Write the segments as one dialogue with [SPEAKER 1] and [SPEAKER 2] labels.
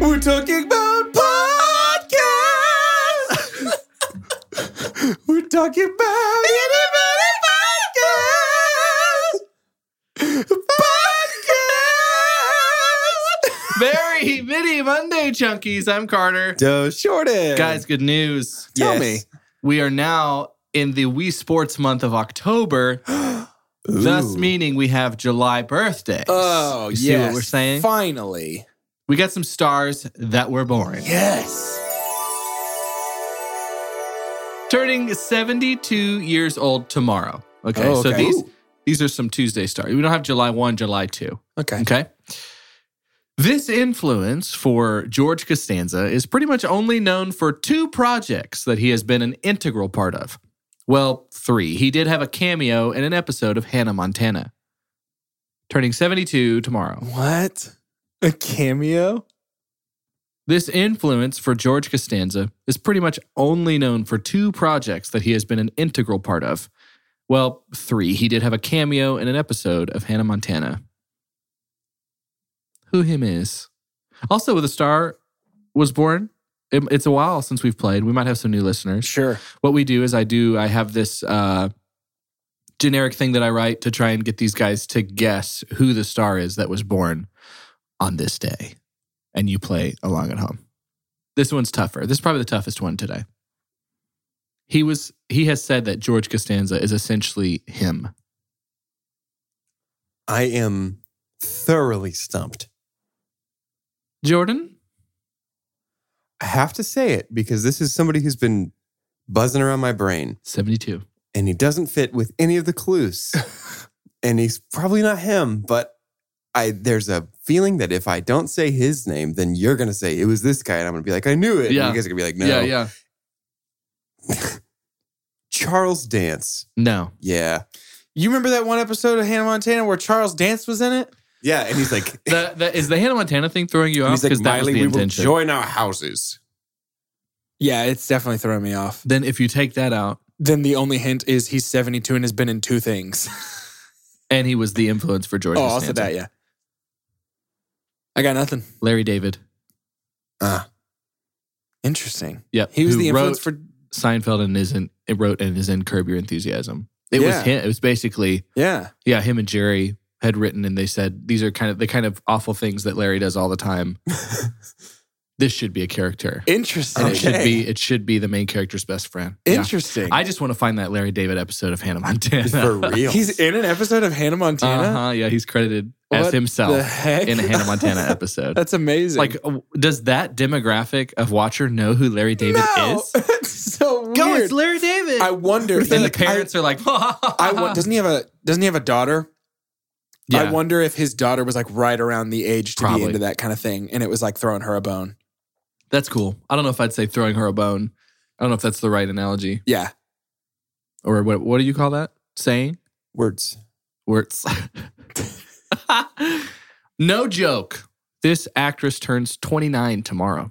[SPEAKER 1] We're talking about podcast. We're talking about anybody podcast. Podcast.
[SPEAKER 2] Very mini Monday Chunkies. I'm Carter.
[SPEAKER 1] Doe Shorten.
[SPEAKER 2] Guys, good news.
[SPEAKER 1] Yes.
[SPEAKER 2] We are now in the Wii Sports month of October, thus
[SPEAKER 1] Ooh.
[SPEAKER 2] meaning we have July birthdays.
[SPEAKER 1] Oh,
[SPEAKER 2] you
[SPEAKER 1] yes.
[SPEAKER 2] see what we're saying?
[SPEAKER 1] Finally.
[SPEAKER 2] We got some stars that were born.
[SPEAKER 1] Yes.
[SPEAKER 2] Turning 72 years old tomorrow. Okay,
[SPEAKER 1] Oh,
[SPEAKER 2] so
[SPEAKER 1] okay.
[SPEAKER 2] these
[SPEAKER 1] Ooh.
[SPEAKER 2] these are some Tuesday stars. We don't have July 1, July 2.
[SPEAKER 1] Okay.
[SPEAKER 2] Okay. This influence for George Costanza is pretty much only known for two projects that he has been an integral part of. Well, three. He did have a cameo in an episode of Hannah Montana. Turning 72 tomorrow.
[SPEAKER 1] What? A cameo?
[SPEAKER 2] This influence for George Costanza is pretty much only known for two projects that he has been an integral part of. Well, three. He did have a cameo in an episode of Hannah Montana. Who him is? Also, the star was born. It- It's a while since we've played. We might have some new listeners
[SPEAKER 1] Sure.
[SPEAKER 2] what we do is I do I have this uh, generic thing that I write to try and get these guys to guess who the star is that was born on this day, and you play along at home. This one's tougher. This is probably the toughest one today. He was he has said that George Costanza is essentially him.
[SPEAKER 1] I am thoroughly stumped.
[SPEAKER 2] Jordan,
[SPEAKER 1] I have to say it because this is somebody who's been buzzing around my brain
[SPEAKER 2] seventy two.
[SPEAKER 1] and he doesn't fit with any of the clues. and he's probably not him, but I there's a feeling that if I don't say his name, then you're gonna say it was this guy, and I'm gonna be like, I knew it.
[SPEAKER 2] Yeah.
[SPEAKER 1] And you guys are gonna be like, no.
[SPEAKER 2] Yeah, yeah.
[SPEAKER 1] Charles Dance.
[SPEAKER 2] No.
[SPEAKER 1] Yeah.
[SPEAKER 3] You remember that one episode of Hannah Montana where Charles Dance was in it?
[SPEAKER 1] Yeah. And he's like,
[SPEAKER 2] The, the, is the Hannah Montana thing throwing you
[SPEAKER 1] and
[SPEAKER 2] off?
[SPEAKER 1] he's like
[SPEAKER 2] Because that was
[SPEAKER 1] Miley,
[SPEAKER 2] the
[SPEAKER 1] we will
[SPEAKER 2] intention.
[SPEAKER 1] join our houses.
[SPEAKER 3] Yeah, it's definitely throwing me off.
[SPEAKER 2] then if you take that out,
[SPEAKER 3] Then the only hint is he's 72 and has been in two things.
[SPEAKER 2] and he was the influence for George.
[SPEAKER 3] oh,
[SPEAKER 2] Costanza.
[SPEAKER 3] also that, yeah. I got nothing.
[SPEAKER 2] Larry David.
[SPEAKER 1] Ah,
[SPEAKER 3] Interesting.
[SPEAKER 2] Yeah,
[SPEAKER 3] He was
[SPEAKER 2] who
[SPEAKER 3] the influence
[SPEAKER 2] wrote
[SPEAKER 3] for.
[SPEAKER 2] Seinfeld and isn't it wrote and is in Curb Your Enthusiasm. It was
[SPEAKER 3] Yeah.
[SPEAKER 2] him. It was basically
[SPEAKER 3] Yeah.
[SPEAKER 2] yeah, him and Jerry had written and they said these are kind of the kind of awful things that Larry does all the time. this should be a character.
[SPEAKER 3] Interesting.
[SPEAKER 2] And it should
[SPEAKER 1] Okay.
[SPEAKER 2] be it should be the main character's best friend. Yeah.
[SPEAKER 3] Interesting.
[SPEAKER 2] I just want to find that Larry David episode of Hannah
[SPEAKER 1] for
[SPEAKER 2] Montana.
[SPEAKER 1] real.
[SPEAKER 3] he's in an episode of Hannah Montana.
[SPEAKER 2] Uh-huh, yeah, he's credited as
[SPEAKER 3] What The
[SPEAKER 2] himself
[SPEAKER 3] heck?
[SPEAKER 2] in a Hannah Montana episode.
[SPEAKER 3] That's amazing.
[SPEAKER 2] like, uh, does that demographic of watcher know who Larry David
[SPEAKER 3] no.
[SPEAKER 2] is?
[SPEAKER 3] It's so weird.
[SPEAKER 2] Go, it's Larry David.
[SPEAKER 3] I wonder.
[SPEAKER 2] and the
[SPEAKER 3] like, I-
[SPEAKER 2] parents are like,
[SPEAKER 3] I wa- doesn't he have a doesn't he have a daughter?
[SPEAKER 2] yeah.
[SPEAKER 3] I wonder if his daughter was like right around the age to
[SPEAKER 2] Probably.
[SPEAKER 3] be into that kind of thing, and it was like throwing her a bone.
[SPEAKER 2] That's cool. I don't know if I'd say throwing her a bone. I don't know if that's the right analogy
[SPEAKER 3] Yeah,
[SPEAKER 2] or what. What do you call that saying?
[SPEAKER 1] Words.
[SPEAKER 2] Where it's no joke. This actress turns 29 tomorrow.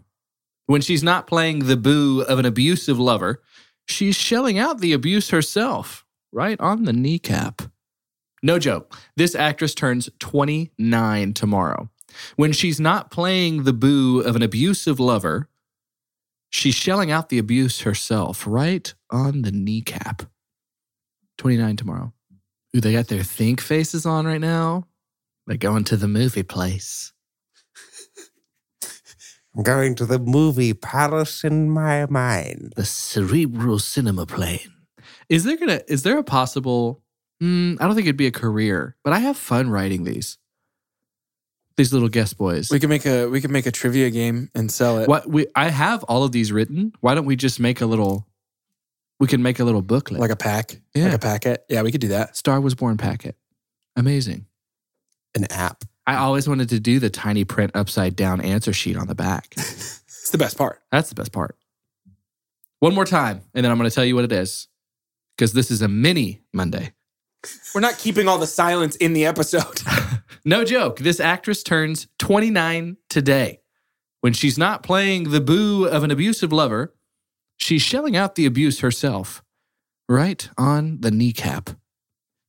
[SPEAKER 2] When she's not playing the boo of an abusive lover, she's shelling out the abuse herself, right on the kneecap. No joke. This actress turns 29 tomorrow. When she's not playing the boo of an abusive lover, she's shelling out the abuse herself right on the kneecap. 29 tomorrow. Ooh, they got their think faces on right now. They're going to the movie place.
[SPEAKER 1] I'm going to the movie palace in my mind.
[SPEAKER 2] the cerebral cinema plane. Is there gonna? Is there a possible? Mm, I don't think it'd be a career, but I have fun writing these. These little guest boys.
[SPEAKER 3] We could make a we could make a trivia game and sell it.
[SPEAKER 2] what we? I have all of these written. Why don't we just make a little? We can make a little booklet,
[SPEAKER 3] Like a pack.
[SPEAKER 2] Yeah.
[SPEAKER 3] Like a packet. Yeah, we could do that.
[SPEAKER 2] Star was born packet. Amazing.
[SPEAKER 1] An app.
[SPEAKER 2] I always wanted to do the tiny print upside down answer sheet on the back.
[SPEAKER 3] It's the best part.
[SPEAKER 2] That's the best part. One more time, and then I'm going to tell you what it is, because this is a mini Monday.
[SPEAKER 3] We're not keeping all the silence in the episode.
[SPEAKER 2] No joke. This actress turns 29 today. When she's not playing the boo of an abusive lover, she's shelling out the abuse herself, right on the kneecap.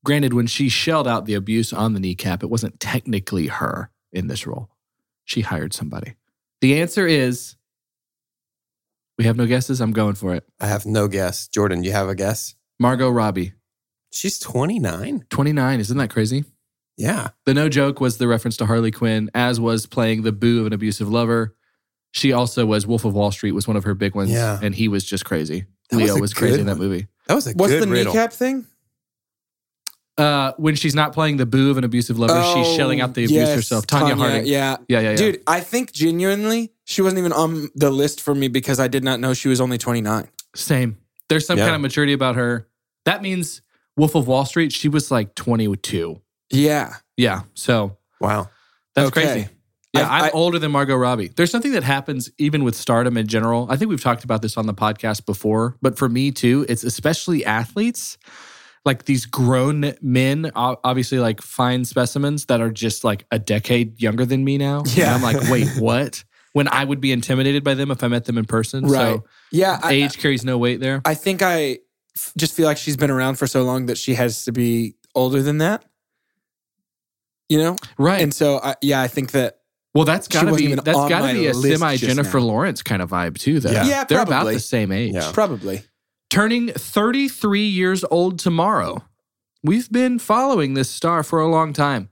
[SPEAKER 2] Granted, when she shelled out the abuse on the kneecap, it wasn't technically her in this role. She hired somebody. The answer is we have no guesses. I'm going for it.
[SPEAKER 1] I have no guess. Jordan, you have a guess?
[SPEAKER 2] Margot Robbie,
[SPEAKER 1] She's 29.
[SPEAKER 2] 29. Isn't that crazy?
[SPEAKER 1] Yeah.
[SPEAKER 2] The no joke was the reference to Harley Quinn, as was playing the boo of an abusive lover. She also was Wolf of Wall Street was one of her big ones,
[SPEAKER 1] Yeah.
[SPEAKER 2] and he was just crazy.
[SPEAKER 1] That was
[SPEAKER 2] Leo
[SPEAKER 1] a
[SPEAKER 2] was crazy
[SPEAKER 1] good
[SPEAKER 2] in that
[SPEAKER 1] one.
[SPEAKER 2] movie.
[SPEAKER 1] That was a
[SPEAKER 3] What's
[SPEAKER 1] good
[SPEAKER 3] the
[SPEAKER 1] riddle.
[SPEAKER 3] kneecap thing?
[SPEAKER 2] Uh, when she's not playing the boo of an abusive lover,
[SPEAKER 1] Oh,
[SPEAKER 2] she's shelling out the abuse
[SPEAKER 3] Oh, yes,
[SPEAKER 2] herself. Tanya, Harding. Yeah.
[SPEAKER 3] Yeah.
[SPEAKER 2] yeah, yeah,
[SPEAKER 3] Dude, I think genuinely she wasn't even on the list for me because I did not know she was only 29.
[SPEAKER 2] Same. There's some
[SPEAKER 1] Yeah.
[SPEAKER 2] kind of maturity about her. That means Wolf of Wall Street. She was like 22.
[SPEAKER 3] Yeah.
[SPEAKER 2] Yeah. So
[SPEAKER 1] Wow.
[SPEAKER 2] That's
[SPEAKER 3] Okay.
[SPEAKER 2] crazy. Yeah,
[SPEAKER 3] I-
[SPEAKER 2] I, am
[SPEAKER 3] I-
[SPEAKER 2] older than Margot Robbie. There's something that happens even with stardom in general. I think we've talked about this on the podcast before, but for me too, it's especially athletes, like these grown men, o- obviously like fine specimens that are just like a decade younger than me now. And
[SPEAKER 3] Yeah.
[SPEAKER 2] I'm like, wait, what? When I would be intimidated by them if I met them in person.
[SPEAKER 3] Right.
[SPEAKER 2] So
[SPEAKER 3] Yeah. I,
[SPEAKER 2] age carries no weight there.
[SPEAKER 3] I think I f- just feel like she's been around for so long that she has to be older than that. You know?
[SPEAKER 2] right.
[SPEAKER 3] And so, I, yeah, I think that.
[SPEAKER 2] well, that's
[SPEAKER 3] she
[SPEAKER 2] gotta
[SPEAKER 3] wasn't
[SPEAKER 2] be
[SPEAKER 3] even
[SPEAKER 2] that's
[SPEAKER 3] on
[SPEAKER 2] gotta
[SPEAKER 3] my
[SPEAKER 2] be a
[SPEAKER 3] list just
[SPEAKER 2] semi Jennifer
[SPEAKER 3] now.
[SPEAKER 2] Lawrence kind of vibe too, though.
[SPEAKER 1] Yeah.
[SPEAKER 3] Yeah,
[SPEAKER 2] They're about
[SPEAKER 3] probably.
[SPEAKER 2] the same age.
[SPEAKER 1] Yeah.
[SPEAKER 3] Probably.
[SPEAKER 2] turning 33 years old tomorrow. We've been following this star for a long time.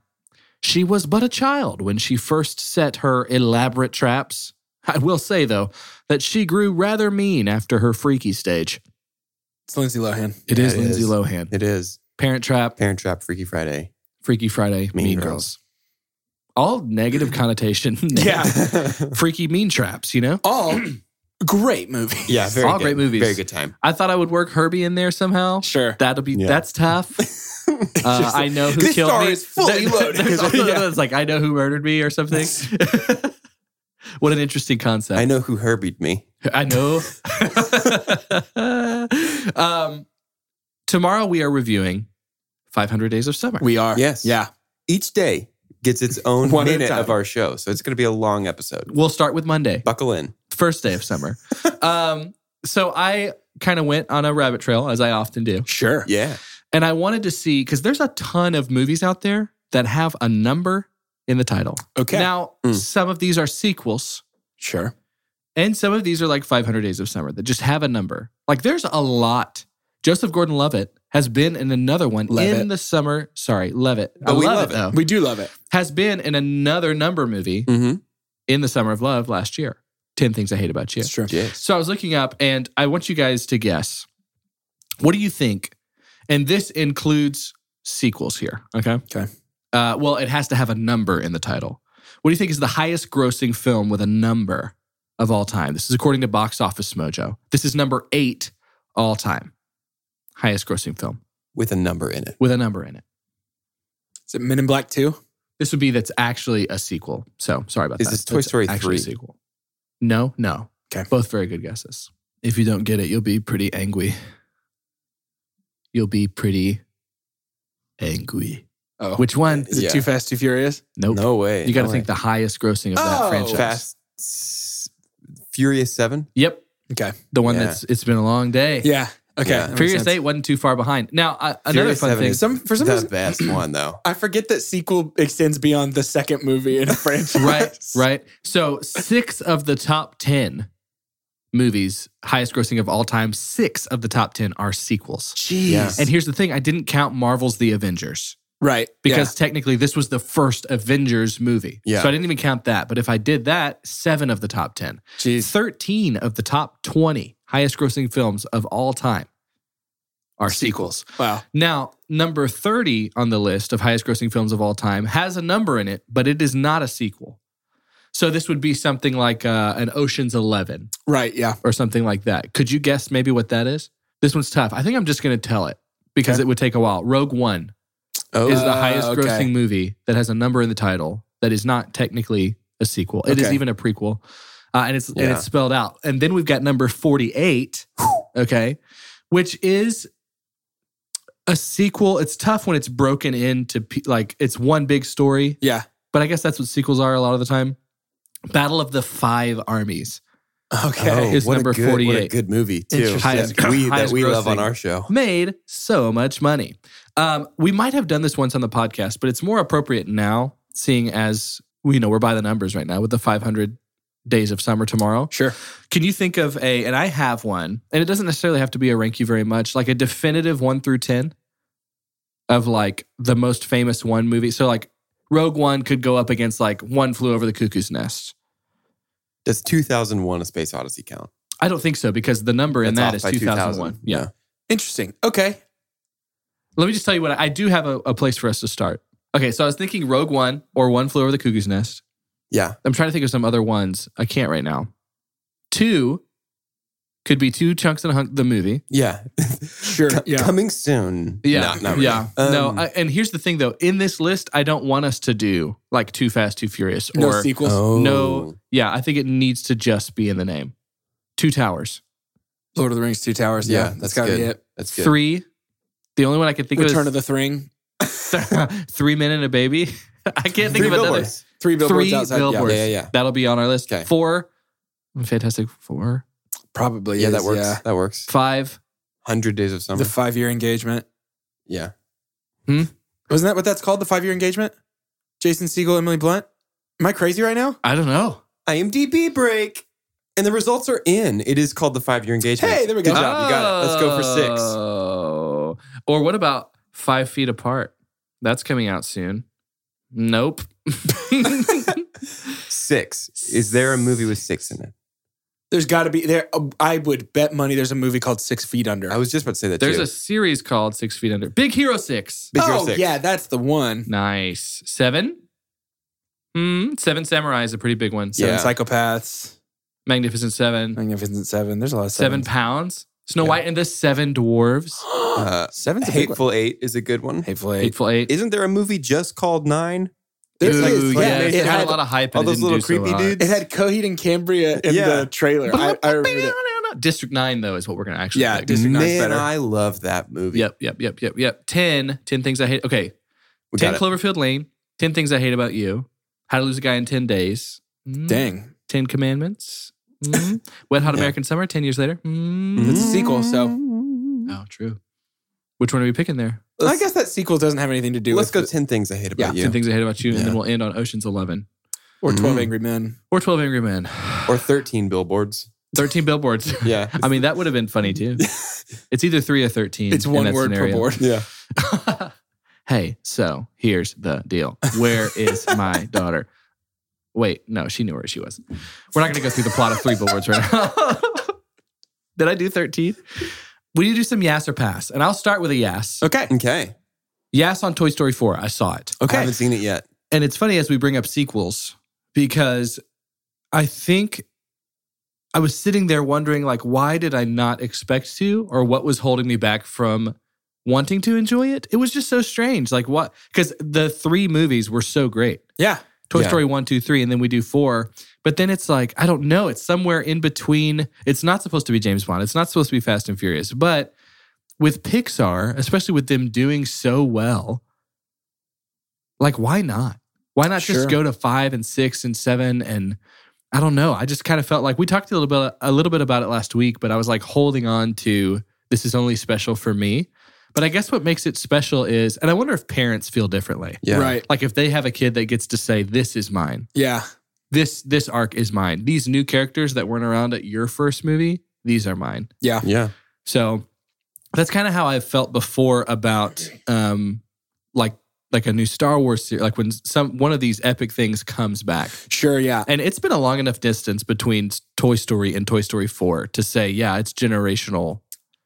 [SPEAKER 2] She was but a child when she first set her elaborate traps. I will say, though, that she grew rather mean after her freaky stage.
[SPEAKER 3] It's Lindsay Lohan.
[SPEAKER 2] It
[SPEAKER 1] Yeah,
[SPEAKER 2] is
[SPEAKER 1] it
[SPEAKER 2] Lindsay
[SPEAKER 1] is.
[SPEAKER 2] Lohan.
[SPEAKER 1] It is.
[SPEAKER 2] Parent Trap,
[SPEAKER 1] Parent Trap Freaky Friday.
[SPEAKER 2] Freaky Friday, Mean,
[SPEAKER 1] Mean
[SPEAKER 2] Girls.
[SPEAKER 1] Girls.
[SPEAKER 2] All negative connotation.
[SPEAKER 3] Yeah.
[SPEAKER 2] Freaky Mean Traps, you know?
[SPEAKER 3] All great movie.
[SPEAKER 1] yeah. Very
[SPEAKER 2] All
[SPEAKER 1] good.
[SPEAKER 2] great movies.
[SPEAKER 1] Very good time.
[SPEAKER 2] I thought I would work Herbie in there somehow.
[SPEAKER 3] Sure.
[SPEAKER 2] That'll be
[SPEAKER 1] Yeah.
[SPEAKER 2] that's tough. Uh, I know who
[SPEAKER 3] this
[SPEAKER 2] killed
[SPEAKER 3] star
[SPEAKER 2] me.
[SPEAKER 3] is fully
[SPEAKER 2] There-
[SPEAKER 3] loaded.
[SPEAKER 2] there's also
[SPEAKER 3] Yeah.
[SPEAKER 2] that's like I know who murdered me or something. what an interesting concept.
[SPEAKER 1] I know who herbied me.
[SPEAKER 2] I know. um, tomorrow we are reviewing 500 Days of Summer.
[SPEAKER 3] We are.
[SPEAKER 1] Yes.
[SPEAKER 3] Yeah.
[SPEAKER 1] Each day gets its own
[SPEAKER 3] One at a
[SPEAKER 1] minute
[SPEAKER 3] time.
[SPEAKER 1] of our show. So it's going to be a long episode.
[SPEAKER 2] we'll start with Monday.
[SPEAKER 1] Buckle in.
[SPEAKER 2] first day of summer. um, so I kind of went on a rabbit trail as I often do,
[SPEAKER 3] Sure.
[SPEAKER 1] Yeah.
[SPEAKER 2] and I wanted to see because there's a ton of movies out there that have a number in the title.
[SPEAKER 3] Okay.
[SPEAKER 2] Now
[SPEAKER 1] Mm.
[SPEAKER 2] some of these are sequels,
[SPEAKER 3] sure.
[SPEAKER 2] and some of these are like 500 Days of Summer that just have a number. Like there's a lot. Joseph Gordon-Levitt has been in another one in
[SPEAKER 3] Levitt.
[SPEAKER 2] the summer. Sorry, Levitt. I
[SPEAKER 1] But we
[SPEAKER 2] love,
[SPEAKER 1] love
[SPEAKER 2] it
[SPEAKER 1] it.
[SPEAKER 2] though.
[SPEAKER 3] We do love it.
[SPEAKER 2] has been in another number movie
[SPEAKER 1] Mm-hmm.
[SPEAKER 2] in the summer of love last year. Ten Things I Hate About You.
[SPEAKER 3] It's true.
[SPEAKER 1] Yes.
[SPEAKER 2] So I was looking up and I want you guys to guess. What do you think? And this includes sequels here. Okay.
[SPEAKER 3] Okay.
[SPEAKER 2] Uh, well, it has to have a number in the title. What do you think is the highest grossing film with a number of all time? This is according to Box Office Mojo. This is number eight all time. Highest grossing film
[SPEAKER 1] With a number in it.
[SPEAKER 2] with a number in it.
[SPEAKER 3] Is it Men in Black 2?
[SPEAKER 2] This would be that's actually a sequel. So sorry about
[SPEAKER 1] Is
[SPEAKER 2] that.
[SPEAKER 1] this Toy
[SPEAKER 2] That's
[SPEAKER 1] Story
[SPEAKER 2] actually a
[SPEAKER 1] 3?
[SPEAKER 2] sequel? No, no.
[SPEAKER 3] Okay.
[SPEAKER 2] Both very good guesses. If you don't get it, you'll be pretty angry. You'll be pretty angry.
[SPEAKER 3] Oh.
[SPEAKER 2] Which one?
[SPEAKER 3] Is it
[SPEAKER 1] Yeah.
[SPEAKER 3] Too Fast, Too Furious?
[SPEAKER 2] Nope.
[SPEAKER 1] No way.
[SPEAKER 2] You got to
[SPEAKER 1] No
[SPEAKER 2] think the
[SPEAKER 1] way.
[SPEAKER 2] highest grossing of that
[SPEAKER 3] Oh,
[SPEAKER 2] franchise.
[SPEAKER 1] Fast. s- Furious 7.
[SPEAKER 2] Yep.
[SPEAKER 3] Okay.
[SPEAKER 2] The one
[SPEAKER 1] Yeah.
[SPEAKER 2] that's it's been a long day.
[SPEAKER 3] Yeah. Okay.
[SPEAKER 1] Yeah.
[SPEAKER 3] that makes
[SPEAKER 2] Furious
[SPEAKER 3] sense.
[SPEAKER 2] Eight wasn't too far behind. Now uh, another
[SPEAKER 1] Furious
[SPEAKER 2] fun
[SPEAKER 1] Seven
[SPEAKER 2] thing.
[SPEAKER 1] is
[SPEAKER 3] Some for some
[SPEAKER 1] the
[SPEAKER 3] reason
[SPEAKER 1] best one though.
[SPEAKER 3] I forget that sequel extends beyond the second movie in a franchise.
[SPEAKER 2] right, right. So six of the top ten movies, highest grossing of all time, six of the top ten are sequels.
[SPEAKER 3] Jeez.
[SPEAKER 1] Yeah.
[SPEAKER 2] And here's the thing: I didn't count Marvel's The Avengers
[SPEAKER 3] right.
[SPEAKER 2] because technically this was the first Avengers movie.
[SPEAKER 1] Yeah.
[SPEAKER 2] So I didn't even count that. But if I did that, seven of the top ten,
[SPEAKER 3] yeah. Jeez.
[SPEAKER 2] 13 of the top 20 highest grossing films of all time are sequels.
[SPEAKER 3] Wow.
[SPEAKER 2] Now, number 30 on the list of highest grossing films of all time has a number in it, but it is not a sequel. So this would be something like uh, an Ocean's 11
[SPEAKER 3] Right. Yeah.
[SPEAKER 2] or something like that. Could you guess maybe what that is? This one's tough. I think I'm just going to tell it because
[SPEAKER 3] Okay.
[SPEAKER 2] it would take a while. Rogue One
[SPEAKER 1] Oh,
[SPEAKER 2] is the
[SPEAKER 3] Uh,
[SPEAKER 2] highest
[SPEAKER 3] okay.
[SPEAKER 2] grossing movie that has a number in the title that is not technically a sequel. It is
[SPEAKER 3] Okay.
[SPEAKER 2] even a prequel, uh, and it's and
[SPEAKER 1] Yeah.
[SPEAKER 2] it's spelled out. And then we've got number forty eight, okay, which is a sequel. It's tough when it's broken into pe- like it's one big story,
[SPEAKER 3] Yeah.
[SPEAKER 2] but I guess that's what sequels are a lot of the time. Battle of the Five Armies.
[SPEAKER 3] Okay.
[SPEAKER 2] is
[SPEAKER 1] Oh, what a
[SPEAKER 2] number
[SPEAKER 1] good- What a
[SPEAKER 2] 48.
[SPEAKER 1] good movie too.
[SPEAKER 2] Interesting.
[SPEAKER 1] that we, that
[SPEAKER 2] Highest
[SPEAKER 1] we love on
[SPEAKER 2] grossing.
[SPEAKER 1] our show.
[SPEAKER 2] made so much money. Um, we might have done this once on the podcast, but it's more appropriate now, seeing as you know we're by the numbers right now with the 500 days of summer tomorrow.
[SPEAKER 3] Sure.
[SPEAKER 2] Can you think of a? And I have one, and it doesn't necessarily have to be a rank you very much, like a definitive one through ten of like the most famous one movie. So like Rogue One could go up against like One Flew Over the Cuckoo's Nest.
[SPEAKER 1] Does 2001: A Space Odyssey count?
[SPEAKER 2] I don't think so because the number in that
[SPEAKER 1] off
[SPEAKER 2] is
[SPEAKER 1] by
[SPEAKER 2] 2001.
[SPEAKER 1] 2000.
[SPEAKER 2] Yeah.
[SPEAKER 3] Interesting. Okay.
[SPEAKER 2] Let me just tell you what I, I do have a, a place for us to start. Okay, so I was thinking Rogue One or One Flew Over the Cuckoo's Nest.
[SPEAKER 1] Yeah.
[SPEAKER 2] I'm trying to think of some other ones. I can't right now. Two could be two chunks and a hunk. The movie.
[SPEAKER 1] Yeah.
[SPEAKER 3] Sure,
[SPEAKER 1] Co-
[SPEAKER 3] yeah.
[SPEAKER 1] Coming soon.
[SPEAKER 2] Yeah,
[SPEAKER 1] No, not really.
[SPEAKER 2] yeah. no,
[SPEAKER 1] Um,
[SPEAKER 2] I, and here's the thing though. In this list, I don't want us to do like Too Fast, Too Furious
[SPEAKER 3] No
[SPEAKER 2] or
[SPEAKER 3] sequels.
[SPEAKER 1] Oh.
[SPEAKER 2] no. Yeah, I think it needs to just be in the name. Two Towers.
[SPEAKER 3] Lord of the Rings, Two Towers. Yeah.
[SPEAKER 1] Yeah,
[SPEAKER 3] that's
[SPEAKER 1] that's
[SPEAKER 3] gotta be
[SPEAKER 1] good.
[SPEAKER 3] it.
[SPEAKER 1] That's good.
[SPEAKER 2] Three. The only one I can think
[SPEAKER 3] Return of
[SPEAKER 2] of
[SPEAKER 3] the Thring.
[SPEAKER 2] is Three Men and a Baby. I can't think
[SPEAKER 1] Three
[SPEAKER 2] of another.
[SPEAKER 1] billboards.
[SPEAKER 3] Three billboards
[SPEAKER 2] Three
[SPEAKER 3] outside.
[SPEAKER 2] billboards.
[SPEAKER 1] Yeah, yeah, yeah.
[SPEAKER 2] That'll be on our list.
[SPEAKER 1] Okay.
[SPEAKER 2] Four, Fantastic Four.
[SPEAKER 3] Yeah, probably.
[SPEAKER 1] Yeah,
[SPEAKER 3] is,
[SPEAKER 1] that works.
[SPEAKER 3] Yeah.
[SPEAKER 1] That works.
[SPEAKER 2] Five.
[SPEAKER 1] Hundred Days of Summer.
[SPEAKER 3] The five year engagement.
[SPEAKER 1] yeah.
[SPEAKER 3] Wasn't that what that's called? The five year engagement? Jason Siegel, Emily Blunt? Am I crazy right now?
[SPEAKER 2] I don't know.
[SPEAKER 1] IMDb break. And the results are in. It is called the five year engagement.
[SPEAKER 3] Hey, there we go. Oh.
[SPEAKER 1] Good job. You got it. Let's go for six.
[SPEAKER 2] for six. Oh. Or what about Five Feet Apart? That's coming out soon. Nope.
[SPEAKER 1] Six. Is there a movie with six in it?
[SPEAKER 3] There's got to be there. uh, I would bet money there's a movie called Six Feet Under.
[SPEAKER 1] I was just about to say that
[SPEAKER 2] There's
[SPEAKER 1] too.
[SPEAKER 2] a series called Six Feet Under. Big Hero Six.
[SPEAKER 1] Big Hero
[SPEAKER 3] oh
[SPEAKER 1] Six.
[SPEAKER 3] yeah, that's the one.
[SPEAKER 2] Nice. Seven. Hmm. Seven Samurai is a pretty big one.
[SPEAKER 3] Seven
[SPEAKER 1] Yeah.
[SPEAKER 3] Psychopaths,
[SPEAKER 2] Magnificent Seven.
[SPEAKER 3] Magnificent Seven. There's a lot of
[SPEAKER 2] Seven
[SPEAKER 3] sevens.
[SPEAKER 2] Pounds. Snow
[SPEAKER 3] Yeah.
[SPEAKER 2] White and the Seven Dwarves.
[SPEAKER 1] uh,
[SPEAKER 3] Seven's a big
[SPEAKER 1] Hateful Eight is a good one.
[SPEAKER 3] Hateful Eight.
[SPEAKER 2] Hateful Eight.
[SPEAKER 1] Isn't there a movie just called Nine?
[SPEAKER 3] There
[SPEAKER 2] Ooh,
[SPEAKER 3] is,
[SPEAKER 2] yeah,
[SPEAKER 3] yeah,
[SPEAKER 2] it,
[SPEAKER 3] it
[SPEAKER 2] had,
[SPEAKER 3] had
[SPEAKER 2] a lot of hype.
[SPEAKER 1] all
[SPEAKER 2] and it
[SPEAKER 1] those
[SPEAKER 2] didn't
[SPEAKER 1] little
[SPEAKER 2] do so
[SPEAKER 1] creepy
[SPEAKER 2] hot.
[SPEAKER 1] dudes.
[SPEAKER 3] It had Coheed and Cambria in
[SPEAKER 1] Yeah.
[SPEAKER 3] the trailer. I, I remember that.
[SPEAKER 2] District Nine though is what we're gonna actually.
[SPEAKER 3] Yeah,
[SPEAKER 2] pick. Mm-hmm.
[SPEAKER 3] District- Nine's
[SPEAKER 1] Man,
[SPEAKER 3] better.
[SPEAKER 1] I love that movie.
[SPEAKER 2] Yep, yep, yep, yep, yep. 10, 10 things I hate. Okay,
[SPEAKER 1] We
[SPEAKER 2] ten
[SPEAKER 1] got it.
[SPEAKER 2] Cloverfield Lane. Ten things I hate about you. How to lose a guy in ten days. Mm.
[SPEAKER 3] Dang,
[SPEAKER 2] Ten Commandments. Mm. Wet Hot
[SPEAKER 1] Yeah. Mm-hmm.
[SPEAKER 2] American Summer. Ten years later. Mm.
[SPEAKER 3] It's a sequel, so-
[SPEAKER 2] Oh, true. Which one are we picking there?
[SPEAKER 3] I guess that sequel doesn't have anything to do
[SPEAKER 1] Let's
[SPEAKER 3] with
[SPEAKER 1] go
[SPEAKER 3] it.
[SPEAKER 1] 10 Things I Hate About
[SPEAKER 2] Ten
[SPEAKER 1] You.
[SPEAKER 2] things I hate about you, and
[SPEAKER 1] Yeah.
[SPEAKER 2] then we'll end on Ocean's Eleven
[SPEAKER 3] or Twelve
[SPEAKER 1] Mm.
[SPEAKER 3] Angry Men.
[SPEAKER 2] or Twelve Angry Men
[SPEAKER 1] Or 13 Billboards.
[SPEAKER 2] Thirteen Billboards.
[SPEAKER 1] Yeah.
[SPEAKER 2] I mean, that would have been funny too. It's either three or thirteen.
[SPEAKER 3] It's
[SPEAKER 2] in
[SPEAKER 3] one
[SPEAKER 2] that
[SPEAKER 3] word per
[SPEAKER 2] scenario.
[SPEAKER 3] board.
[SPEAKER 1] yeah.
[SPEAKER 2] hey, so here's the deal. Where is my daughter? Wait, no, she knew where she was. We're not going to go through the plot of three billboards right now. Did I do 13? We need to do some yes or pass. And I'll start with a yes.
[SPEAKER 3] Okay,
[SPEAKER 1] Okay.
[SPEAKER 2] Yes on Toy Story 4. I saw it.
[SPEAKER 1] I
[SPEAKER 3] okay.
[SPEAKER 1] haven't seen it yet.
[SPEAKER 2] And it's funny as we bring up sequels because I think I was sitting there wondering, like, why did I not expect to, or what was holding me back from wanting to enjoy it? It was just so strange. Like, what? Because the three movies were so great
[SPEAKER 3] Yeah,
[SPEAKER 2] Toy
[SPEAKER 1] Yeah.
[SPEAKER 2] Story 1, 2, 3, and then we do 4. But then it's like, I don't know. It's somewhere in between. It's not supposed to be James Bond. It's not supposed to be Fast and Furious. But with Pixar, especially with them doing so well, like, why not? Why not
[SPEAKER 3] Sure.
[SPEAKER 2] just go to five and six and seven and I don't know. I just kind of felt like we talked a little bit a little bit about it last week, but I was like holding on to This is only special for me. But I guess what makes it special is, and I wonder if parents feel differently.
[SPEAKER 1] Yeah.
[SPEAKER 3] Right.
[SPEAKER 2] Like if they have a kid that gets to say, "This is mine.
[SPEAKER 3] Yeah.
[SPEAKER 2] This this arc is mine. These new characters that weren't around at your first movie, these are mine."
[SPEAKER 3] Yeah.
[SPEAKER 1] Yeah.
[SPEAKER 2] So that's kind of how I felt before about um like like a new Star Wars series, like when some one of these epic things comes back.
[SPEAKER 3] Sure. Yeah.
[SPEAKER 2] And it's been a long enough distance between Toy Story and Toy Story 4 to say, yeah, it's generational.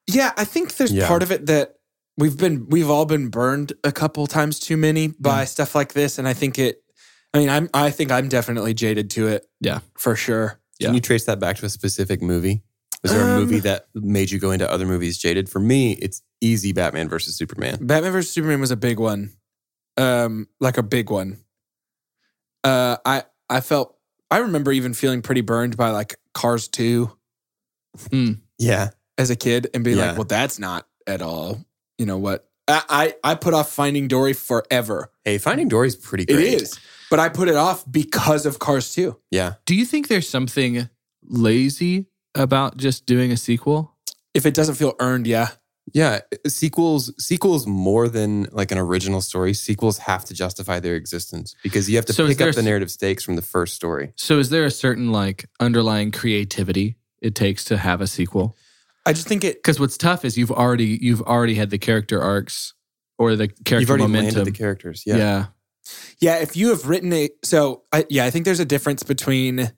[SPEAKER 3] Yeah, I think there's
[SPEAKER 1] Yeah.
[SPEAKER 3] part of it that we've been we've all been burned a couple times too many by stuff like this, and I think it. I mean, I'm I think I'm definitely jaded to it.
[SPEAKER 2] Yeah.
[SPEAKER 3] for sure.
[SPEAKER 2] Yeah.
[SPEAKER 1] Can you trace that back to a specific movie? Is there a
[SPEAKER 3] Um,
[SPEAKER 1] movie that made you go into other movies jaded? For me, it's easy Batman versus Superman.
[SPEAKER 3] Batman vs Superman was a big one, um, like a big one. Uh, I I felt I remember even feeling pretty burned by like Cars Two
[SPEAKER 1] Yeah.
[SPEAKER 3] as a kid and being
[SPEAKER 1] Yeah.
[SPEAKER 3] like, well, that's not at all. You know what? I I, I put off Finding Dory forever.
[SPEAKER 1] Hey, Finding Dory's pretty great.
[SPEAKER 3] It is, but I put it off because of Cars Two.
[SPEAKER 1] Yeah.
[SPEAKER 2] Do you think there's something lazy about just doing a sequel?
[SPEAKER 3] If it doesn't feel earned, yeah.
[SPEAKER 1] Yeah, uh, sequels sequels more than like an original story. Sequels have to justify their existence because you have to
[SPEAKER 2] So is
[SPEAKER 1] pick up
[SPEAKER 2] there-
[SPEAKER 1] the narrative stakes from the first story.
[SPEAKER 2] So is there a certain like underlying creativity it takes to have a sequel?
[SPEAKER 3] I just think it.
[SPEAKER 2] Because what's tough is you've already you've already had the character arcs or the character
[SPEAKER 1] You've already
[SPEAKER 2] momentum.
[SPEAKER 1] landed the characters.
[SPEAKER 2] yeah.
[SPEAKER 1] Yeah.
[SPEAKER 3] Yeah, if you have written a so I, yeah, I think there's a difference between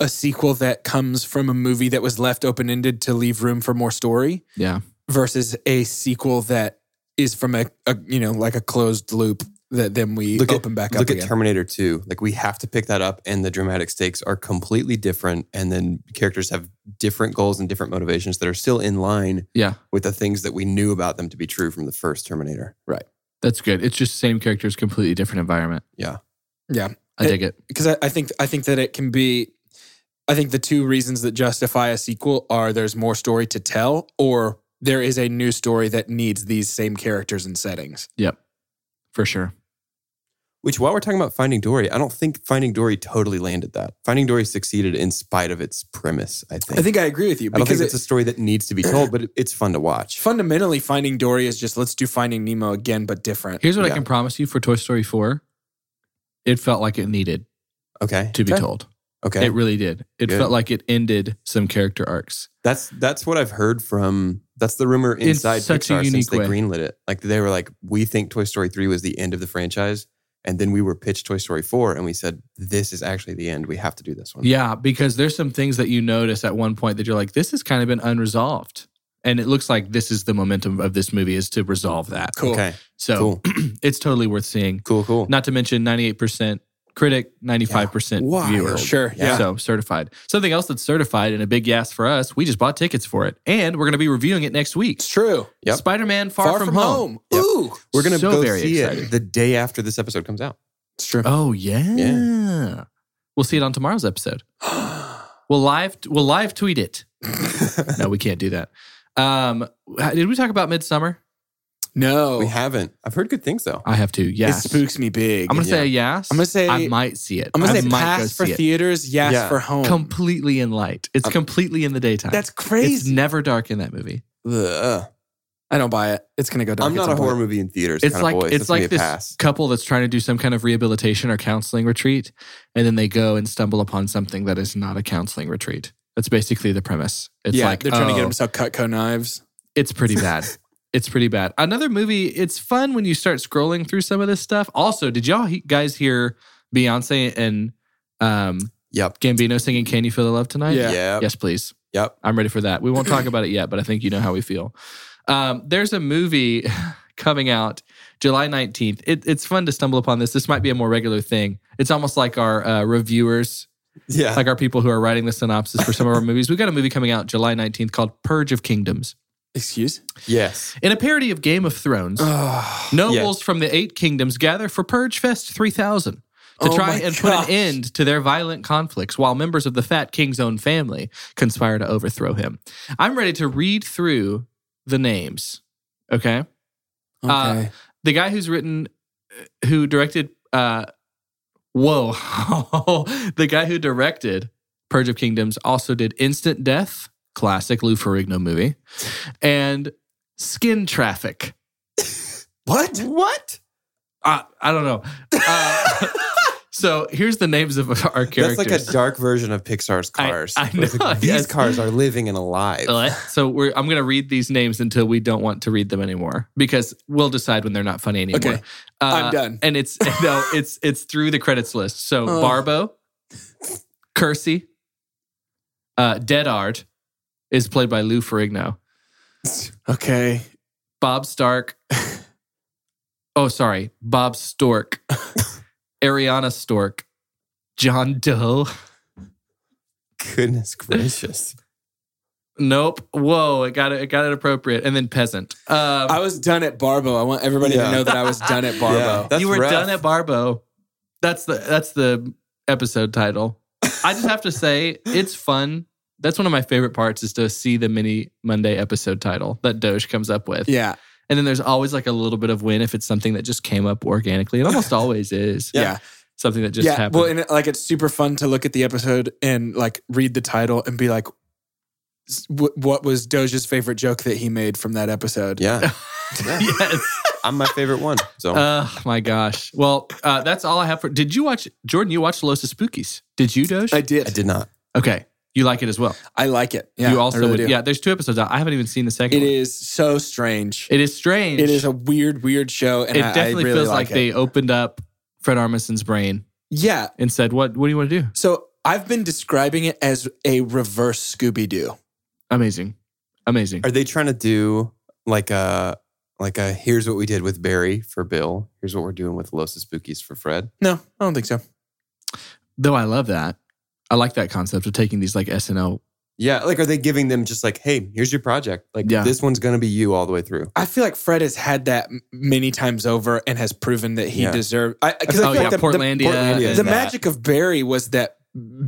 [SPEAKER 3] a sequel that comes from a movie that was left open ended to leave room for more story
[SPEAKER 2] Yeah.
[SPEAKER 3] versus a sequel that is from a, a you know like a closed loop that then we
[SPEAKER 1] Look at-
[SPEAKER 3] open back up
[SPEAKER 1] Look at
[SPEAKER 3] again.
[SPEAKER 1] Terminator 2. Like we have to pick that up and the dramatic stakes are completely different and then characters have different goals and different motivations that are still in line
[SPEAKER 2] Yeah.
[SPEAKER 1] with the things that we knew about them to be true from the first Terminator.
[SPEAKER 2] That's good. It's just same characters, completely different environment.
[SPEAKER 1] Yeah.
[SPEAKER 3] Yeah.
[SPEAKER 2] I dig it.
[SPEAKER 3] because I, I think I think that it can be. I think the two reasons that justify a sequel are there's more story to tell, or there is a new story that needs these same characters and settings.
[SPEAKER 2] Yep. For sure.
[SPEAKER 1] Which while we're talking about Finding Dory, I don't think Finding Dory totally landed that. Finding Dory succeeded in spite of its premise, I think.
[SPEAKER 3] I think I agree with you
[SPEAKER 1] I don't
[SPEAKER 3] because
[SPEAKER 1] think
[SPEAKER 3] it-
[SPEAKER 1] it's a story that needs to be told, but it- it's fun to watch.
[SPEAKER 3] fundamentally finding dory is just let's do finding nemo again but different
[SPEAKER 2] Here's what I
[SPEAKER 1] Yeah.
[SPEAKER 2] can promise you for Toy Story 4. It felt like it needed
[SPEAKER 1] Okay.
[SPEAKER 2] to be
[SPEAKER 3] Okay.
[SPEAKER 2] told.
[SPEAKER 1] Okay.
[SPEAKER 2] It really did. It
[SPEAKER 1] Good.
[SPEAKER 2] felt like it ended some character arcs.
[SPEAKER 1] that's that's what I've heard from that's the rumor
[SPEAKER 2] In
[SPEAKER 1] inside
[SPEAKER 2] such a
[SPEAKER 1] Pixar since
[SPEAKER 2] unique
[SPEAKER 1] they
[SPEAKER 2] way.
[SPEAKER 1] greenlit it. Like they were like, we think Toy Story 3 was the end of the franchise. And then we were pitched Toy Story 4 and we said, This is actually the end. We have to do this one.
[SPEAKER 2] Yeah, because there's some things that you notice at one point that you're like, this has kind of been unresolved. And it looks like this is the momentum of this movie is to resolve that.
[SPEAKER 3] cool
[SPEAKER 1] Okay.
[SPEAKER 2] So it's totally worth seeing.
[SPEAKER 1] Cool, cool.
[SPEAKER 2] Not to mention 98% critic, 95%
[SPEAKER 1] Wild.
[SPEAKER 2] viewer.
[SPEAKER 3] sure yeah,
[SPEAKER 2] So certified. Something else that's certified and a big yes for us, we just bought tickets for it. And we're going to be reviewing it next week.
[SPEAKER 3] it's true
[SPEAKER 1] Yep.
[SPEAKER 2] Spider Man Far, From, Home.
[SPEAKER 1] Yep.
[SPEAKER 3] ooh
[SPEAKER 1] we're gonna
[SPEAKER 2] so
[SPEAKER 1] go
[SPEAKER 2] very
[SPEAKER 1] see
[SPEAKER 2] excited.
[SPEAKER 1] it the day after this episode comes out.
[SPEAKER 3] it's true
[SPEAKER 2] Oh, yeah. We'll see it on tomorrow's episode. We'll live, we'll live tweet it. no, we can't do that. Um, h- did we talk about Midsummer?
[SPEAKER 3] no
[SPEAKER 1] We haven't. I've heard good things though.
[SPEAKER 2] I have to. Yes.
[SPEAKER 3] it Oh. spooks me big
[SPEAKER 2] I'm going to
[SPEAKER 1] yeah.
[SPEAKER 2] say yes.
[SPEAKER 3] I'm gonna say-
[SPEAKER 2] I might see it.
[SPEAKER 3] I'm
[SPEAKER 2] I
[SPEAKER 3] gonna say
[SPEAKER 2] might go
[SPEAKER 3] pass for
[SPEAKER 2] see it.
[SPEAKER 3] theaters yes
[SPEAKER 1] Yeah.
[SPEAKER 3] for home
[SPEAKER 2] Completely in light. It's
[SPEAKER 1] Um,
[SPEAKER 2] completely in the daytime.
[SPEAKER 3] that's
[SPEAKER 2] it's
[SPEAKER 3] crazy
[SPEAKER 2] never dark in that movie.
[SPEAKER 1] Ugh.
[SPEAKER 3] i don't buy it it's gonna go dark
[SPEAKER 1] I'm
[SPEAKER 3] at
[SPEAKER 1] not
[SPEAKER 3] some
[SPEAKER 1] a horror
[SPEAKER 3] point.
[SPEAKER 1] movie in theaters.
[SPEAKER 2] It's
[SPEAKER 1] kind
[SPEAKER 2] like
[SPEAKER 1] of boys.
[SPEAKER 2] it's
[SPEAKER 1] That's gonna
[SPEAKER 2] like
[SPEAKER 1] be a
[SPEAKER 2] this
[SPEAKER 1] pass.
[SPEAKER 2] couple that's trying to do some kind of rehabilitation or counseling retreat, and then they go and stumble upon something that is not a counseling retreat. That's basically the premise. It's
[SPEAKER 3] yeah
[SPEAKER 2] like
[SPEAKER 3] they're trying to get
[SPEAKER 2] oh,
[SPEAKER 3] him to sell cutco knives
[SPEAKER 2] It's pretty bad. it's pretty bad. Another movie. It's fun when you start scrolling through some of this stuff. Also, did y'all he- guys hear Beyonce and um,
[SPEAKER 1] Yep.
[SPEAKER 2] Gambino singing "Can You Feel the Love Tonight"?
[SPEAKER 3] Yeah.
[SPEAKER 1] Yep.
[SPEAKER 2] Yes, please.
[SPEAKER 1] Yep.
[SPEAKER 2] I'm ready for that. We won't talk about it yet, but I think you know how we feel. Um, there's a movie coming out July 19th. It, it's fun to stumble upon this. This might be a more regular thing. It's almost like our uh, reviewers,
[SPEAKER 1] Yeah.
[SPEAKER 2] like our people who are writing the synopsis for some of our movies. We've got a movie coming out July 19th called Purge of Kingdoms.
[SPEAKER 3] excuse
[SPEAKER 1] yes.
[SPEAKER 2] In a parody of Game of Thrones,
[SPEAKER 3] oh,
[SPEAKER 2] nobles from the eight kingdoms gather for Purge Fest 3000 to
[SPEAKER 3] Oh
[SPEAKER 2] try
[SPEAKER 3] my
[SPEAKER 2] and put an
[SPEAKER 3] gosh.
[SPEAKER 2] end to their violent conflicts while members of the Fat King's own family conspire to overthrow him. I'm ready to read through the names. Okay.
[SPEAKER 3] okay
[SPEAKER 2] uh, The guy who's written, who directed, uh, whoa, the guy who directed Purge of Kingdoms also did Instant Death, classic Lou Ferrigno movie, and Skin Traffic.
[SPEAKER 3] What?
[SPEAKER 1] What?
[SPEAKER 2] Uh, I don't know. Uh, so here's the names of our characters.
[SPEAKER 1] That's like a dark version of Pixar's
[SPEAKER 2] I-
[SPEAKER 1] Cars.
[SPEAKER 2] I
[SPEAKER 1] It's like,
[SPEAKER 2] know,
[SPEAKER 1] These
[SPEAKER 2] yes.
[SPEAKER 1] cars are living and alive.
[SPEAKER 2] Uh, so we're, I'm going to read these names until we don't want to read them anymore because we'll decide when they're not funny anymore. Uh,
[SPEAKER 3] Okay. I'm done.
[SPEAKER 2] And it's no, it's it's through the credits list. So
[SPEAKER 3] Oh.
[SPEAKER 2] Barbo, Kersey, uh, Deadard is played by Lou Ferrigno.
[SPEAKER 3] Okay.
[SPEAKER 2] Bob Stark. oh, sorry, Bob Stork, Ariana Stork, John Doe.
[SPEAKER 1] Goodness gracious.
[SPEAKER 2] Nope. Whoa, it got it, it got it appropriate. And then peasant. Um,
[SPEAKER 3] I was done at Barbo. I want everybody
[SPEAKER 1] Yeah.
[SPEAKER 3] to know that I was done at Barbo.
[SPEAKER 1] Yeah. That's
[SPEAKER 2] you were
[SPEAKER 1] rough.
[SPEAKER 2] done at Barbo. That's the that's the episode title. I just have to say it's fun. That's one of my favorite parts is to see the mini Monday episode title that Doge comes up with.
[SPEAKER 3] Yeah.
[SPEAKER 2] And then there's always like a little bit of win if it's something that just came up organically. It almost always is.
[SPEAKER 3] Yeah.
[SPEAKER 2] Something that just
[SPEAKER 3] yeah.
[SPEAKER 2] happened.
[SPEAKER 3] Well, and it- like it's super fun to look at the episode and like read the title and be like, s- wh- what was Doja's favorite joke that he made from that episode?
[SPEAKER 1] Yeah. yeah.
[SPEAKER 2] yes.
[SPEAKER 1] I'm my favorite one. So
[SPEAKER 2] Oh my gosh. Well, uh, that's all I have for. Did you watch Jordan? You watched Los Spookies? Did you, Doge?
[SPEAKER 3] I did.
[SPEAKER 1] I did not.
[SPEAKER 2] okay, you like it as well.
[SPEAKER 3] I like it. Yeah,
[SPEAKER 2] you
[SPEAKER 3] I
[SPEAKER 2] also
[SPEAKER 3] really
[SPEAKER 2] would.
[SPEAKER 3] do.
[SPEAKER 2] Yeah, there's two episodes. out. I haven't even seen the second.
[SPEAKER 3] It
[SPEAKER 2] one.
[SPEAKER 3] is so strange.
[SPEAKER 2] It is strange.
[SPEAKER 3] It is a weird, weird show, and
[SPEAKER 2] it
[SPEAKER 3] I, I
[SPEAKER 2] definitely
[SPEAKER 3] really
[SPEAKER 2] feels
[SPEAKER 3] like,
[SPEAKER 2] like,
[SPEAKER 3] it.
[SPEAKER 2] they opened up Fred Armisen's brain
[SPEAKER 3] Yeah.
[SPEAKER 2] and said, "What? What do you want to do?"
[SPEAKER 3] So I've been describing it as a reverse Scooby Doo.
[SPEAKER 2] Amazing, amazing.
[SPEAKER 1] Are they trying to do like a like a here's what we did with Barry for Bill. Here's what we're doing with Los Spookies for Fred.
[SPEAKER 3] No, I don't think so.
[SPEAKER 2] Though I love that. I like that concept of taking these like SNL.
[SPEAKER 1] Yeah, like are they giving them just like, hey, here's your project. Like
[SPEAKER 2] Yeah.
[SPEAKER 1] this one's gonna be you all the way through.
[SPEAKER 3] I feel like Fred has had that m- many times over and has proven that he
[SPEAKER 1] Yeah.
[SPEAKER 3] deserved. I, 'cause I feel
[SPEAKER 2] Oh
[SPEAKER 3] like
[SPEAKER 2] yeah,
[SPEAKER 3] the, the-
[SPEAKER 2] Portlandia.
[SPEAKER 1] Portlandia.
[SPEAKER 3] The,
[SPEAKER 2] and
[SPEAKER 1] is that.
[SPEAKER 3] magic of Barry was that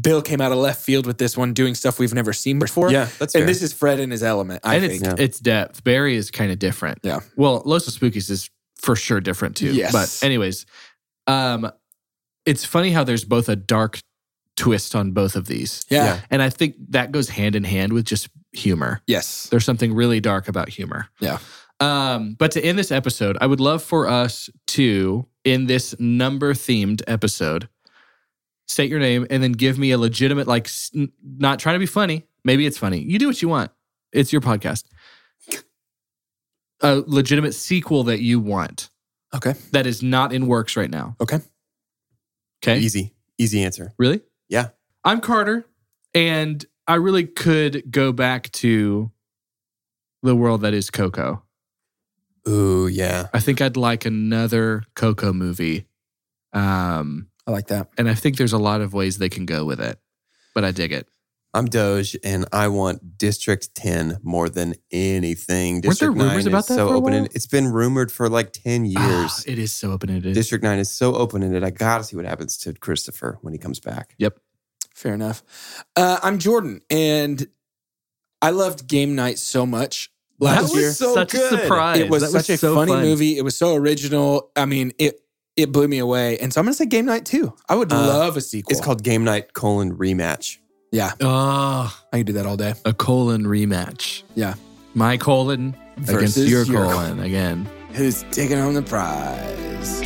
[SPEAKER 3] Bill came out of left field with this one, doing stuff we've never seen before.
[SPEAKER 1] Yeah, that's fair.
[SPEAKER 3] and this is Fred in his element. I
[SPEAKER 2] and
[SPEAKER 3] think.
[SPEAKER 2] it's it's depth. Barry is kind of different.
[SPEAKER 3] Yeah.
[SPEAKER 2] Well, Los Spookies is for sure different too.
[SPEAKER 3] Yes.
[SPEAKER 2] But anyways, um, it's funny how there's both a dark twist on both of these,
[SPEAKER 3] yeah.
[SPEAKER 1] yeah.
[SPEAKER 2] and I think that goes hand in hand with just humor.
[SPEAKER 3] Yes.
[SPEAKER 2] There's something really dark about humor.
[SPEAKER 3] Yeah.
[SPEAKER 2] Um, but to end this episode, I would love for us to, in this number themed episode, state your name and then give me a legitimate, like, s- n- not trying to be funny. Maybe it's funny. You do what you want, it's your podcast. A legitimate sequel that you want
[SPEAKER 3] Okay.
[SPEAKER 2] that is not in works right now.
[SPEAKER 3] Okay.
[SPEAKER 2] Okay.
[SPEAKER 1] easy. Easy answer.
[SPEAKER 2] Really?
[SPEAKER 1] Yeah.
[SPEAKER 2] I'm Carter, and I really could go back to the world that is Coco.
[SPEAKER 1] Ooh, yeah.
[SPEAKER 2] I think I'd like another Coco movie. Um,
[SPEAKER 3] I like that.
[SPEAKER 2] and I think there's a lot of ways they can go with it, but I dig it.
[SPEAKER 1] I'm Doge, and I want District 10 more than anything.
[SPEAKER 2] Weren't there
[SPEAKER 1] District
[SPEAKER 2] rumors
[SPEAKER 1] 9
[SPEAKER 2] about
[SPEAKER 1] is
[SPEAKER 2] that
[SPEAKER 1] so
[SPEAKER 2] for a
[SPEAKER 1] open
[SPEAKER 2] while?
[SPEAKER 1] and it's been rumored for like 10
[SPEAKER 2] Ah,
[SPEAKER 1] years.
[SPEAKER 2] it is so open ended.
[SPEAKER 1] District 9 is so open ended. I gotta see what happens to Christopher when he comes back.
[SPEAKER 3] Fair enough. Uh, I'm Jordan, and I loved Game Night so much
[SPEAKER 2] that
[SPEAKER 3] last
[SPEAKER 2] was
[SPEAKER 3] year.
[SPEAKER 1] so
[SPEAKER 2] such
[SPEAKER 1] good.
[SPEAKER 2] a surprise.
[SPEAKER 3] It was
[SPEAKER 2] That
[SPEAKER 3] such a
[SPEAKER 2] so
[SPEAKER 3] funny
[SPEAKER 2] fun.
[SPEAKER 3] movie. It was so original. I mean, it it blew me away. And so I'm gonna say Game Night too. I would
[SPEAKER 1] Uh,
[SPEAKER 3] love a sequel.
[SPEAKER 1] It's called Game Night colon rematch.
[SPEAKER 3] yeah.
[SPEAKER 2] Oh,
[SPEAKER 3] I can do that all day.
[SPEAKER 2] a colon rematch.
[SPEAKER 3] Yeah.
[SPEAKER 2] My colon against
[SPEAKER 3] Versus
[SPEAKER 2] your,
[SPEAKER 3] your
[SPEAKER 2] colon again.
[SPEAKER 3] Who's taking home the prize?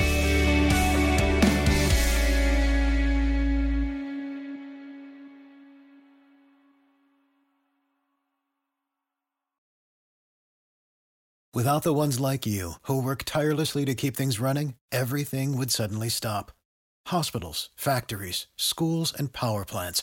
[SPEAKER 4] Without the ones like you, who work tirelessly to keep things running, everything would suddenly stop. Hospitals, factories, schools, and power plants,